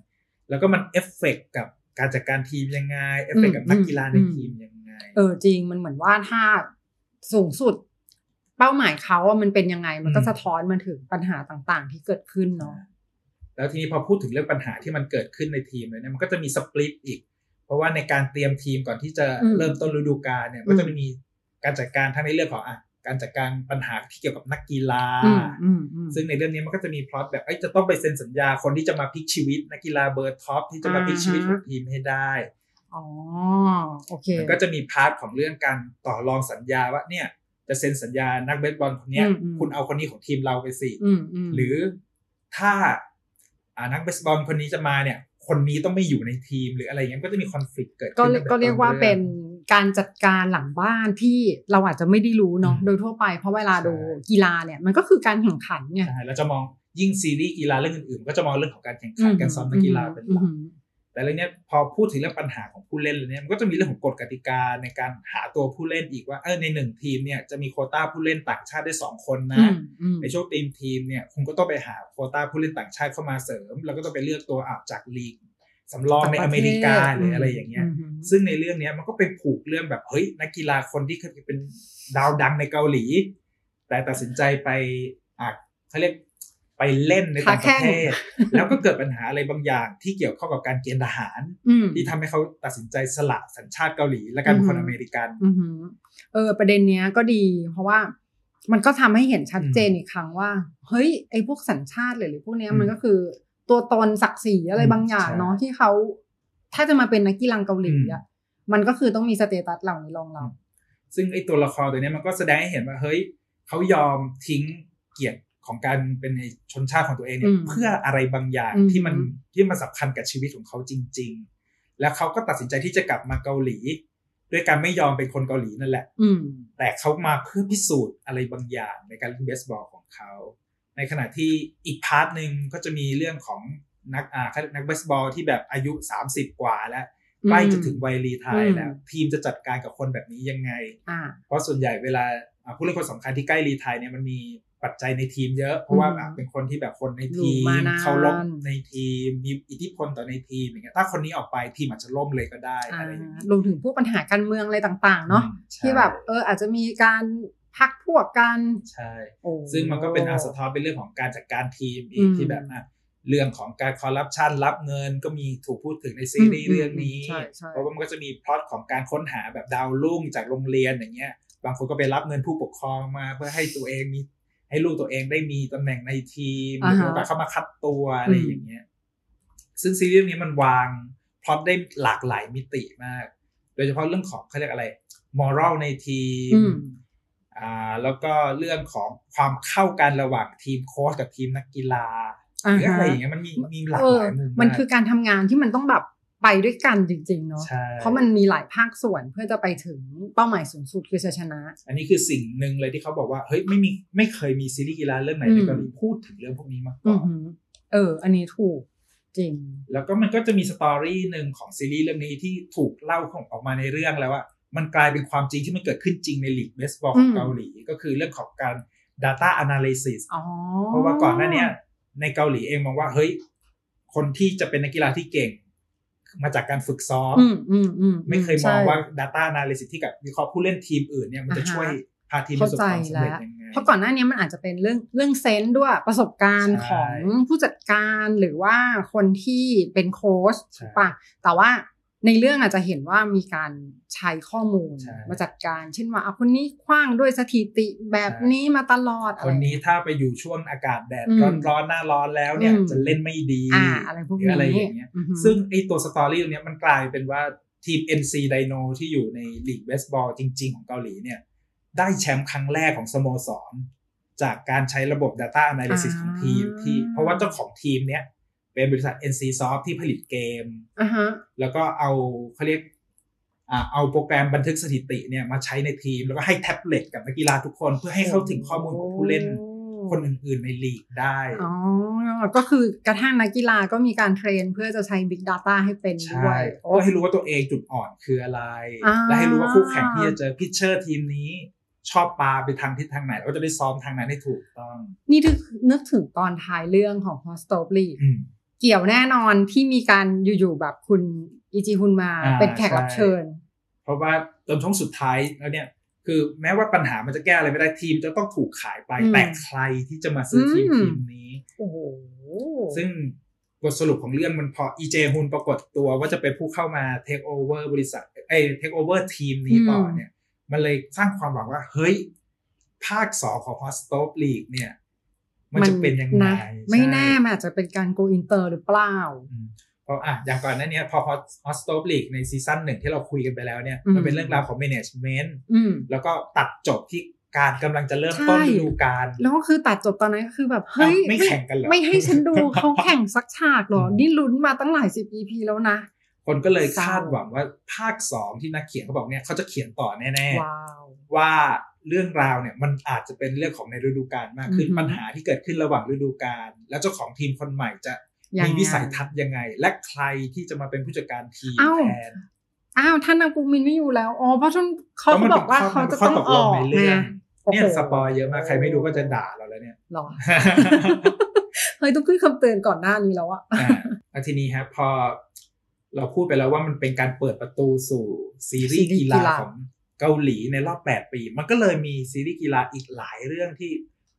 B: แล้วก็มันเอฟเฟกต์กับการจัดการทีมยังไงเอฟเฟกต์กับนักกีฬาใน
C: อืม
B: ทีมยังไง
C: เออจริงมันเหมือนว่าถ้าสูงสุด เป้าหมายเขาอะมันเป็นยังไง มันก็
B: อืม
C: สะท้อนมาถึงปัญหาต่างๆ ที่เกิดขึ้นเนาะ
B: แล้วทีนี้พอพูดถึงเรื่องปัญหาที่มันเกิดขึ้นในทีมเลยเนี่ยมันก็จะมีสปลิตอีก เพราะว่าในการเตรียมทีมก่อนที่จะ
C: อืม
B: เริ่มต้นฤดูกาลเนี่ย
C: อืม
B: ก็จะมีการจัดการทั้งในเรื่องของอ่ะการจัดการปัญหาที่เกี่ยวกับนักกีฬา
C: อืมอืมอืม
B: ซึ่งในเรื่องนี้มันก็จะมีพล็อตแบบเอ้ยจะต้องไปเซ็นสัญญาคนที่จะมาพลิกชีวิตนักกีฬาเบอร์ท็อปที่จะมาพลิกชีวิต
C: อ่า
B: ข
C: ฮะ
B: องทีมให้ได้
C: อ๋อโอเค
B: มันก็จะมีพาร์ทของเรื่องการต่อรองสัญญาว่าเนี่ยจะเซ็นสัญญานักเบสบอลคนเนี้ย
C: อืมอืม
B: คุณเอาคนนี้ของทีมเราไปสิ
C: อืมอืม
B: หรือถ้าอ่านักเบสบอลคนนี้จะมาเนี่ย คนนี้ต้องไม่อยู่ในทีมหรืออะไรเงี้ยก็จะมีคอนฟ lict เกิด
C: ก็
B: ขึ้น
C: เรีย
B: ตั้งแต่
C: ก็เรียก
B: ต้
C: ว่าเป็น
B: อง
C: การจัดการหลังบ้านที่เราอาจจะไม่ได้รู้เนาะ
B: อืม
C: โดยทั่วไปเพราะเวลาดู
B: ใช่
C: กีฬาเนี่ยมันก็คือการแข่งขันไง
B: ใช่แล้วจะมองยิ่งซีรีส์กีฬาเรื่องอื่นๆก็จะมองเรื่องของการแข่งขันการซ้อมนักกีฬาเป็นหลัก
C: อืม
B: แต่เรื่องเนี้ยพอพูดถึงเรื่องปัญหาของผู้เล่นเลยเนี่ยมันก็จะมีเรื่องของกฎกติกาในการหาตัวผู้เล่นอีกว่าเออในหนึ่งทีมเนี่ยจะมีโควต้าผู้เล่นต่างชาติได้สองคน
C: อื
B: นะ
C: มอืม
B: ในช่วงทีมทีมเนี่ยคุณก็ต้องไปหาโควต้าผู้เล่นต่างชาติเข้ามาเสริม แล้วก็ต้องไปเลือกตัวอ่าจากลีกสำรองในอเมริกาหรืออะไรอย่างเงี้ย
C: ม
B: ซึ่งในเรื่องเนี้ยมันก็ไปผูกเรื่องแบบเฮ้ยนักกีฬาคนที่เคยเป็นดาวดังในเกาหลี แต่ตัดสินใจไปอ่ะเขาเรียกไปเล่นในต่างประเทศ
C: ค้าแข้
B: แล้วก็เกิดปัญหาอะไรบางอย่างที่เกี่ยวข้องกับการเกณฑ์ทหาร
C: อืม
B: ที่ทำให้เขาตัดสินใจสละสัญชาติเกาหลี และกลารเป็นคนอเมริกัน
C: อือหือเออ ประเด็นเนี้ยก็ดี เพราะว่ามันก็ทำให้เห็นชัดเจนอีกครั้งว่า เฮ้ยไอ้พวกสัญชาติหรือหรือพวกเนี้ย
B: อืม
C: มันก็คือตัวตนศักดิ์ศรีอะไร
B: อืม
C: บางอย่าง
B: ใช่
C: เนาะที่เขาถ้าจะมาเป็นนักกีฬาเกาหลีอ่ะมันก็คือต้องมีสเตตัสเหล่านี้รองรับ
B: อืม ซึ่งไอ้ตัวละครตัวเนี้ยมันก็แสดงให้เห็นว่าเฮ้ยเขายอมทิ้งเกียรติของการเป็นในชนชาติของตัวเองเนี่
C: อื
B: ย
C: ม
B: เพื่ออะไรบางอย่าง
C: อืม
B: ที่มันที่มันสำคัญกับชีวิตของเขาจริง ๆ แล้วเขาก็ตัดสินใจที่จะกลับมาเกาหลี ด้วยการไม่ยอมเป็นคนเกาหลีนั่นแหละ
C: อืม
B: แต่เขามาเพื่อพิสูจน์อะไรบางอย่างในการเล่นเบสบอลของเขา ในขณะที่อีกพาร์ทหนึ่งก็จะมีเรื่องของนักอ่านักเบสบอลที่แบบอายุ 30 กว่าแล้วใกล้จะถึงวัยรีไทยแล้ว
C: อืม
B: ทีมจะจัดการกับคนแบบนี้ยังไง
C: อ่า
B: เพราะส่วนใหญ่เวลาอ่ะผู้เล่นคนสำคัญที่ใกล้รีไทยเนี่ยมันมีปัจจัยในทีมเยอะ เพราะว่า
C: อืม
B: อ่ะเป็นคนที่แบบคนใน
C: อยู่
B: ทีม
C: มานาน
B: เขาลบในทีม มีอิทธิพลต่อในทีมอย่างเงี้ยถ้าคนนี้ออกไปทีมอาจจะล่มเลยก็ได้
C: อ่า
B: อะไรอย่างเงี้ย
C: รวมถึงพวกปัญหาการเมืองอะไรต่าง ๆ เนาะ
B: ใช่
C: ที่แบบเอออาจจะมีการพักพวกกัน
B: ใช่
C: โอ้
B: ซึ่งมันก็เป็นอาสะท้อนเป็นเรื่องของการจัดการทีมอี
C: อื
B: ก
C: ม
B: ที่แบบอ่ะเรื่องของการคอร์รัปชันรับเงินก็มีถูกพูดถึงในซีรีส์
C: อืม
B: เรื่องนี้
C: ใช่ใช่
B: เพราะว่ามันก็จะมีพล็อตของการค้นหาแบบดาวรุ่งจากโรงเรียนอย่างเงี้ย บางคนก็ไปรับเงินผู้ปกครองมา เพื่อให้ตัวเองมีให้ลูกตัวเองได้มีตำแหน่งในทีมห
C: อ่า
B: รือ
C: ฮะ
B: โอกาสเข้ามาคัดตัวอะไร
C: อืม
B: อย่างเงี้ย ซึ่งซีรีส์เรื่องนี้มันวางพล็อตได้หลากหลายมิติมาก โดยเฉพาะเรื่องของเขาเรียกอะไรมอรัลในทีม
C: อืม
B: อ่าแล้วก็เรื่องของความเข้ากันระหว่างทีมโค้ชกับทีมนักกีฬาห
C: อ่าฮะ
B: รืออะไรอย่างเงี้ยมันมีมีหลาก
C: เอ
B: ห
C: อ
B: ลายมุม
C: มัน
B: าก
C: คือการทำงานที่มันต้องแบบไปด้วยกันจริง ๆ เนาะ
B: ใช่
C: เพราะมันมีหลายภาคส่วนเพื่อจะไปถึงเป้าหมายสูงสุดคือชัยชนะ
B: อันนี้คือสิ่งหนึ่งเลยที่เขาบอกว่าเฮ้ยไม่มีไม่เคยมีซีรีส์กีฬาเรื่องไหน
C: อืม
B: ในเกาหลีพูดถึงเรื่องพวกนี้มาก่
C: อื
B: อ
C: อน หือเออ อันนี้ถูกจริง
B: แล้วก็มันก็จะมีสตอรี่หนึ่งของซีรีส์เรื่องนี้ที่ถูกเล่าของออกมาในเรื่องแล้วว่ามันกลายเป็นความจริงที่มันเกิดขึ้นจริงในลีกเบสบอลของ
C: อืม
B: เกาหลีก็คือเรื่องของการ Data Analysis
C: อ๋อ
B: เพราะว่าก่อนหน้าเนี้ยในเกาหลีเองมองว่าเฮ้ย คนที่จะเป็นนักกีฬาที่เก่ง มาจากการฝึกซ้อม
C: อืมอืมอืม
B: ไม่เคยมองว่า
C: ใช่
B: Data Analysis ที่กับวิเคราะห์ผู้เล่นทีมอื่นเนี่ยมันจะ
C: อ่าฮะ
B: ช่วยพาทีมประสบความสำเร็จ
C: เข้าใจแล้ว
B: ยังไง
C: เพราะก่อนหน้าเนี้ยมันอาจจะเป็นเรื่องเรื่องเซนส์ด้วยประสบการณ์
B: ใช่
C: ของผู้จัดการหรือว่าคนที่เป็นโค้ช
B: ใช่
C: ถูกปะแต่ว่า ในเรื่องอาจจะเห็นว่ามีการใช้ข้อมูล
B: ใช่
C: มาจัดการ เช่นว่าอ่ะคนนี้คว้างด้วยสถิติแบบนี้มาตลอดอะ
B: ค
C: ไร
B: นนี้ถ้าไปอยู่ช่วงอากาศแดด
C: อืม
B: ร้อนๆหน้าร้อนแล้วเนี่ย
C: อืม
B: จะเล่นไม่ดี
C: อ่าอะไรพวก
B: หรื
C: นี้
B: ออะไรอย่างเงี้ย
C: อือฮึ
B: ซึ่งไอตัวสตอรี่ตรงเนี้ยมันกลายเป็นว่าทีม NC Dino ที่อยู่ในลีกเบสบอลจริง ๆ ของเกาหลีเนี่ย ได้แชมป์ครั้งแรกของสโมสร จากการใช้ระบบ Data Analysis
C: อ่า
B: ของทีมที่เพราะว่าเจ้าของทีมเนี้ยเป็นบริษัท NC Soft ที่ผลิตเกม
C: อ่าฮะ
B: แล้วก็เอาเขาเรียกอ่าเอาโปรแกรมบันทึกสถิติเนี่ยมาใช้ในทีม แล้วก็ให้แท็บเล็ตกับนักกีฬาทุกคนเพื่อให้เข้าถึงข้อมูลของผู้เล่นคนอื่น ๆ ในลีกได้
C: อ๋อ ก็คือกระทั่งนักกีฬาก็มีการเทรนเพื่อจะใช้ Big Data ให้เป็นด้
B: ใช่
C: วย
B: เพราะว่าให้รู้ว่าตัวเองจุดอ่อนคืออะไร
C: อ่า
B: และให้รู้ว่าคู่แข่งที่จะเจอพิชเชอร์ทีมนี้ ชอบปลาไปทางทิศทางไหนแล้วก็จะได้ซ้อมทางนั้นให้ถูกต้อง
C: นี่ถึงนึกถึงตอนท้ายเรื่องของ h o s t o p l e
B: อืม
C: เกี่ยวแน่นอนที่มีการอยู่ๆแบบคุณอีจีฮุนมา
B: อ่า
C: เป็นแขกรับเชิญ
B: เพราะว่าจนช่วงสุดท้ายแล้วเนี่ย คือแม้ว่าปัญหามันจะแก้อะไรไม่ได้ทีมจะต้องถูกขายไป
C: อืม
B: แต่ใครที่จะมาซื้อทีม
C: อืม
B: ทีมนี้
C: โอ้โห
B: ซึ่งบทสรุปของเรื่องมันพออีเจฮุนปรากฏตัวว่าจะเป็นผู้เข้ามาเทคโอเวอร์บริษัทเอ้เทคโอเวอร์ทีมนี้ต่อเนี่ย มันเลยสร้างความหวังว่า เฮ้ย ภาคสองของฮอสโตปลีกเนี่ย มันจะเป็นยังไง
C: นะไม่
B: ใช่
C: แน่มันอาจจะเป็นการ go inter หรือเปล่า
B: อืมเพราะอ่ะอย่างก่อนหนั้นเนี่ยพอฮอสโตปลีกในซีซั่นหนึ่งที่เราคุยกันไปแล้วเนี่ย
C: อืม
B: มันเป็นเรื่องราวของ management
C: อืม
B: แล้วก็ตัดจบที่การกำลังจะเริ่มต้นฤ
C: ใช่
B: ดูกาล
C: แล้วก็คือตัดจบตอนนั้นก็คือแบบเฮ้ย
B: ไม่แข่งกันเหรอ
C: ไม่ให้ฉันดูเขาแข่งสักฉากเหรอ
B: อืม
C: นี่ลุ้นมาตั้งหลายสิบ EP แล้วนะ
B: คนก็เลย
C: เศร้า
B: คาดหวังว่าภาคสองที่นักเขียนเขาบอกเนี่ยเขาจะเขียนต่อแน่ ๆ
C: ว้าว
B: ว่าเรื่องราวเนี่ยมันอาจจะเป็นเรื่องของในฤดูกาลมากขึ้น
C: อือฮึ
B: ปัญหาที่เกิดขึ้นระหว่างฤดูกาลแล้วเจ้าของทีมคนใหม่จะ
C: ง
B: มี
C: ไง
B: วิสัยทัศน์ยังไง และใครที่จะมาเป็นผู้จัดการทีม
C: เอ้า
B: แทน
C: อ้าวท่านนางกูมินไม่อยู่แล้ว อ๋อ เพราะท่านเขาก็
B: พระมัน
C: บอกว่าเขาจะต้อง
B: ป็น
C: อ
B: ข้ตล
C: อก
B: ในเรื่อง
C: นะ โอ้โห
B: เนี่ยสปอยเยอะมากใครไม่ดูก็จะด่าเราแล้ว เนี่ย
C: หรอ เฮ้ยต้องขึ้นคำเตือนก่อนหน้านี้แล้วอะ
B: อ่าแล้วทีนี้ฮะพอเราพูดไปแล้วว่ามันเป็นการเปิดประตูสู่ซีรี
C: ซี
B: ส์
C: รีส์
B: กี
C: กี
B: ฬา
C: ฬา
B: ของเกาหลีในรอบ 8 ปี มันก็เลยมีซีรีส์กีฬาอีกหลายเรื่องที่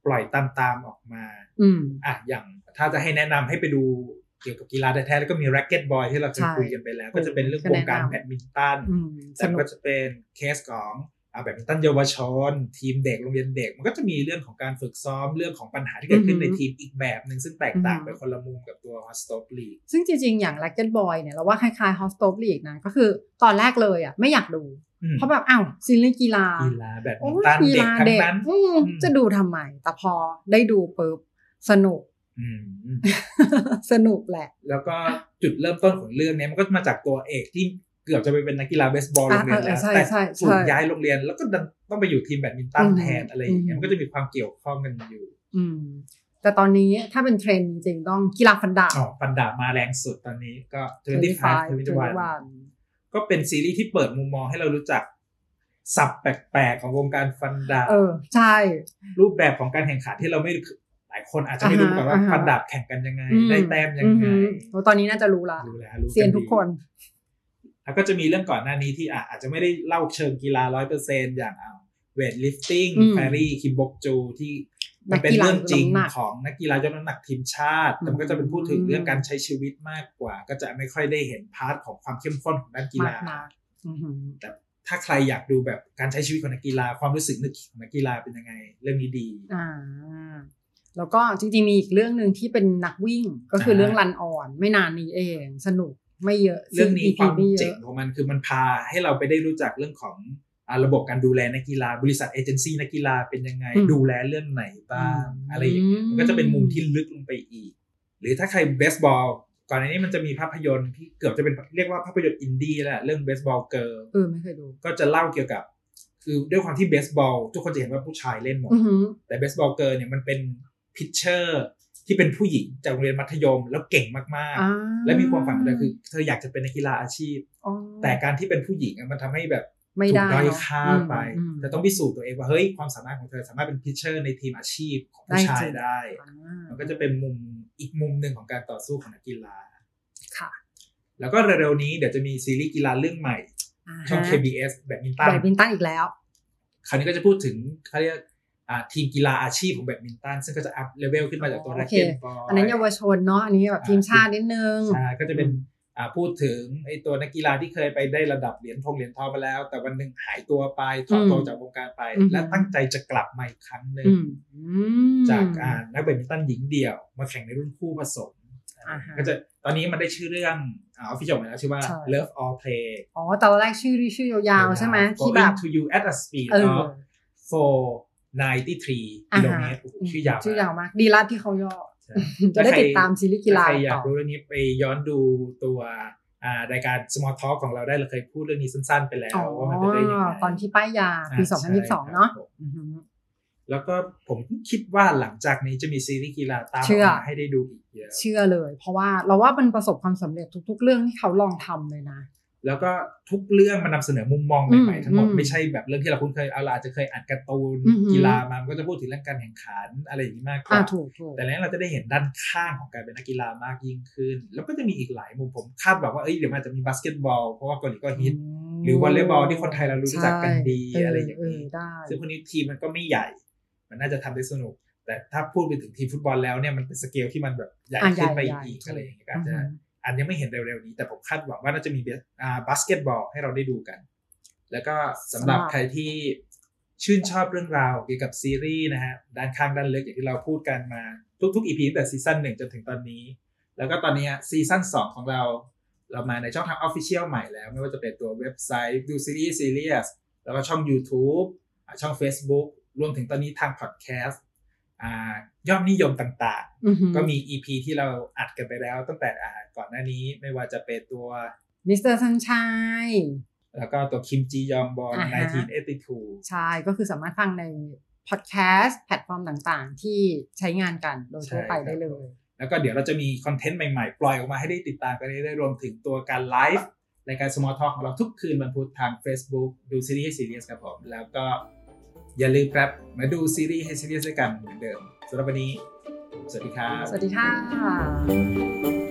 B: ปล่อยตามๆออกมา
C: อืม
B: อ่ะอย่างถ้าจะให้แนะนำให้ไปดูเกี่ยวกับกีฬาแท้ๆแล้วก็มี r ร c เก็ตบอยที่เราเคย
C: ใช่
B: คุยกันไปแล้ว ก็จะเป็นเรื่อง
C: ก็
B: วง
C: แนะนำ
B: การแบดมินตัน
C: อืมส
B: แต่
C: นุ
B: ก็
C: ก
B: จะเป็นเคสของอ่ะแบดมินตันเยาวชน ทีมเด็กโรงเรียนเด็ก มันก็จะมีเรื่องของการฝึกซ้อมเรื่องของปัญหาที่เกิดขึ้น
C: อือฮึ
B: ในทีมอีกแบบหนึ่งซึ่งแตกต่าง
C: อือฮึ
B: ไปคนละมุมกับตัวฮอสโตปลีก
C: ซึ่งจริงๆ อย่าง r a c k e t Boy เนี่ยเราว่าคล้ายๆ h o s t o p l e a g นะ ก็คือตอนแรกเลยอะไม่อยากดู เพราะแบบอ้าวซีรีส์กีฬา
B: กีฬาแบด
C: โอ้
B: มิน
C: ย
B: ตัน
C: กี
B: เด็ก
C: ฬา
B: ทั้ง
C: เด็ก
B: นั้น
C: อืม
B: อืม
C: จะดูทำไม แต่พอได้ดูปุ๊บสนุก
B: อืม
C: สนุกแหละ
B: แล้วก็จุดเริ่มต้นของเรื่องเนี้ยมันก็มาจากตัวเอกที่เกือบจะไปเป็นนักกีฬาเบสบอลโร
C: อ่าง
B: เรียนแล้ว
C: เออใช่
B: แต่
C: ใช่
B: ถูก
C: ใช่
B: ย้ายโรงเรียน แล้วก็ดันต้องไปอยู่ทีมแบดมินตัน
C: อืม
B: แทนอะไรอย่างเงี้ย
C: อืม
B: มันก็จะมีความเกี่ยวข้องกันอยู่
C: อืม แต่ตอนนี้ถ้าเป็นเทรนด์จริงๆต้องกีฬาฟันดาบ
B: อ๋อปันดาบมาแรงสุดตอนนี้ก็เทนตี้ไฟเทนตี้
C: 25
B: วันก็เป็นซีรีส์ที่เปิดมุมมองให้เรารู้จักศัพท์แปลกๆของวงการฟันดาบ
C: เออ ใช่
B: รูปแบบของการแข่งขันที่เราไม่หลายคนอาจจะไม่รู้ก่อนว่า
C: อ่าฮะ
B: ฟันดาบแข่งกันยังไง
C: อื
B: ได้แต้มยัง
C: อือ
B: ไง
C: หือโอ้ตอนนี้น่าจะรู้ละ
B: รู้แล้วรู้
C: เซียนทุกคน
B: แล้วก็จะมีเรื่องก่อนหน้านี้ที่อ่ะอาจจะไม่ได้เล่าเชิงกีฬาร้อยเปอร์เซนอย่างเอาเวทลิฟติ้ง
C: อืม
B: แฟรี่คิมบกจูที่
C: นั
B: มัน
C: ก
B: เป็น
C: กีฬา
B: เรื่องจริง
C: ยกน้ำหนัก
B: ของนักกีฬายกน้ำหนักทีมชาติ แต่มันก็จะเป็นพูดถึงเรื่องการใช้ชีวิตมากกว่า ก็จะไม่ค่อยได้เห็นพาร์ทของความเข้มข้นของด้านกีฬา
C: มากนัก อือหือ
B: ถ้าใครอยากดูแบบการใช้ชีวิตของนักกีฬาความรู้สึกนึกของนักกีฬาเป็นยังไง เรื่องนี้ดี
C: อ่า แล้วก็จริงๆมีอีกเรื่องหนึ่งที่เป็นนักวิ่งก็คือ
B: ใช่
C: เรื่องรันอ่อน ไม่นานนี้เอง สนุกไม่เยอะ
B: เรื่องนี้
C: ซึ่ EP
B: ความ
C: ไม่
B: เจ๋
C: เย
B: ง
C: อะ
B: ของมันคือมันพาให้เราไปได้รู้จักเรื่องของอ่าระบบการดูแลนักกีฬา บริษัทเอเจนซี่นักกีฬาเป็นยังไง
C: อืม
B: ดูแลเรื่องไหนบ้าง
C: อืม
B: อะไรอย่างเงี้ยมันก็จะเป็นมุมที่ลึกลงไปอีก หรือถ้าใครเบสบอลก่อนหน้านี้มันจะมีภาพยนตร์ที่เกือบจะเป็นเรียกว่าภาพยนตร์อินดี้แหละเรื่องเบสบอลเกิร์ล
C: เออไม่เคยดู
B: ก็จะเล่าเกี่ยวกับ คือด้วยความที่เบสบอลทุกคนจะเห็นว่าผู้ชายเล่นหมด
C: อือหือ
B: แต่เบสบอลเกิร์ลเนี่ยมันเป็นพิชเชอร์ที่เป็นผู้หญิงจากโรงเรียนมัธยมแล้วเก่งมาก
C: อ่า
B: ๆ และมีความฝันของเธอคือเธออยากจะเป็นนักกีฬาอาชีพ
C: อ๋อ
B: แต่การที่เป็นผู้หญิงอะมันทำให้แบบ
C: ไม่
B: ถู
C: ได้
B: กด้อย
C: เนะ
B: ค่า
C: อืม
B: ไป
C: ม
B: แต่ต้องพิสูจน์ตัวเองว่าเฮ้ยความสามารถของเธอสามารถเป็นพิชเชอร์ในทีมอาชีพของ
C: ได้
B: ผู้
C: จริง
B: ชายได้
C: อ่า
B: มันก็จะเป็นมุมอีกมุมหนึ่งของการต่อสู้ของนักกีฬา
C: ค่ะ
B: แล้วก็เร็วๆนี้เดี๋ยวจะมีซีรีส์กีฬาเรื่องใหม่
C: า
B: ช่อง
C: ฮะ
B: KBS แบดมินตัน
C: แบดมินตันอีกแล้ว
B: คราวนี้ก็จะพูดถึงเขาเรียกอ่าทีมกีฬาอาชีพของแบดมินตันซึ่งก็จะอัพเลเวลขึ้นมาจากตัว
C: อ๋อ
B: แร็ก
C: โอเค
B: เก็ตบอล
C: อันนั้นเยาวชนเนาะอันนี้แบบ
B: อ่า
C: ทีมชาตินิดนึง
B: ใช่ก็จะเป็น อ่าพูดถึงไอ้ตัวนักกีฬาที่เคยไปได้ระดับเหรียญทองเหรียญทองมาแล้ว แต่วันหนึ่งหายตัวไปถอนตัว
C: อืม
B: จากวงการไป
C: อือฮึ
B: และตั้งใจจะกลับมาอีกครั้งหนึ่ง
C: อืม
B: จากอ่านักแบดมินตันหญิงเดี่ยว มาแข่งในรุ่นคู่ผสม
C: อ่าฮะ
B: ก็จะตอนนี้มันได้ชื่อเรื่องอ่าออฟฟิเชียลมาแล้วชื่อว่า
C: ใช่
B: Love All Play
C: อ๋อตอนแรกชื่อชื่อยาวๆใช่ไหมที่แบบ
B: Going to you at a speed
C: เออ
B: of 493
C: อ่า
B: กิโลเม
C: ฮะ
B: ตรโอ้โหชื่อยาว
C: ชื่อยาว
B: มาก
C: มากดีละที่เขาย่อ
B: ใช่
C: จะได้ติดตามซีรีส์กีฬา
B: ถ้ใครอยา
C: ต่
B: ก
C: อ
B: ดูเรื่องนี้ไปย้อนดูตัวอ่ารายการ Small Talk ของเราได้เราเคยพูดเรื่องนี้สั้นๆไปแล้ว
C: อ๋อ
B: ว่ามันจะได้ยังไง
C: ตอนที่ป้ายยาปี
B: อ่าใช่
C: 2022 เนาะ
B: ครับผม
C: อือหือ
B: แล้วก็ผมคิดว่าหลังจากนี้จะมีซีรีส์กีฬาตามอ
C: เชื่
B: อก
C: อ
B: มาให้ได้ดูอีกเยอะ
C: เชื่อเลย เพราะว่าเราว่ามันประสบความสำเร็จทุก ๆ เรื่องที่เขาลองทำเลยนะ
B: แล้วก็ทุกเรื่องมันนำเสนอมุมมองใหม่
C: อืม
B: ๆทั้งหมด
C: อืม
B: ไม่ใช่แบบเรื่องที่เราคุ้นเคยเอาล่ะอาจจะเคยอ่านการ์ตูน
C: อือหือ
B: กีฬามามันก็จะพูดถึงเรื่องการแข่งขันอะไรอย่างนี้มากก
C: อ่า
B: ว่า
C: ถูกถูก
B: แต่แล้วเราจะได้เห็นด้านข้างของการเป็นนักกีฬามากยิ่งขึ้น แล้วก็จะมีอีกหลายมุมผมคาดหวังว่าเอ้ยเดี๋ยวมันอาจจะมีบาสเกตบอลเพราะว่าเกาหลีก็ฮิต หรือวอลเลย์บอลที่คนไทยเรารู้จักกันดี
C: ใช่
B: อะไรอย่างนี้
C: เได้
B: ซึ่งพวกนี้ทีมมันก็ไม่ใหญ่ มันน่าจะทำได้สนุก แต่ถ้าพูดไปถึงทีมฟุตบอลแล้วเนี่ยมันเป็นสเกลที่มันแบบใหญ่
C: อ่ะ
B: ขึ้นไป
C: ใหญ่
B: อีก
C: ใหญ่
B: อะไรอย่างเงี้ยก็อาจจะ อันยังไม่เห็นเร็วๆนี้แต่ผมคาดหวังว่าน่าจะมีเบสอ่าบาสเกตบอลให้เราได้ดูกัน แล้วก็สำหรับ
C: สำหรับ
B: ใครที่ชื่นชอบเรื่องราวเกี่ยวกับซีรีส์นะฮะด้านข้างด้านลึกอย่างที่เราพูดกันมาทุกๆอีพีตั้งแต่ซีซั่นหนึ่งจนถึงตอนนี้ แล้วก็ตอนนี้ซีซั่นสองของเรา เรามาในช่องทางออฟฟิเชียลใหม่แล้ว ไม่ว่าจะเป็นตัวเว็บไซต์ดูซีรีส์ซีรีส์แล้วก็ช่อง YouTube อ่าช่อง Facebook รวมถึงตอนนี้ทางพอดแคสต์อ่ายอดนิยมต่างๆ
C: อือหือ
B: ก็มี EP ที่เราอัดกันไปแล้วตั้งแต่อ่าก่อนหน้านี้ไม่ว่าจะเป็นตัว
C: มิสเตอร์ซันชัย
B: แล้วก็ตัวคิมจียองบอล
C: อ่าฮะ
B: 1982
C: ใช่ก็คือสามารถฟังในพอดแคสต์แพลตฟอร์มต่างๆ ที่ใช้งานกันโดยทั่วไป
B: ใช่ครับ
C: ได้เลย
B: แล้วก็เดี๋ยวเราจะมีคอนเทนต์ใหม่ๆ ปล่อยออกมาให้ได้ติดตามกันเรื่อยๆรวมถึงตัวการไลฟ์รายการ Small Talk ของเราทุกคืนวันพุธทาง Facebook ดูซีรีส์ให้ซีเรียสครับผม แล้วก็อย่าลืมครับมาดูซีรีส์ให้ซีเรียสด้วยกันเหมือนเดิมสำหรับวันนี้ สวัสดีครับ
C: สวัสดีค่ะ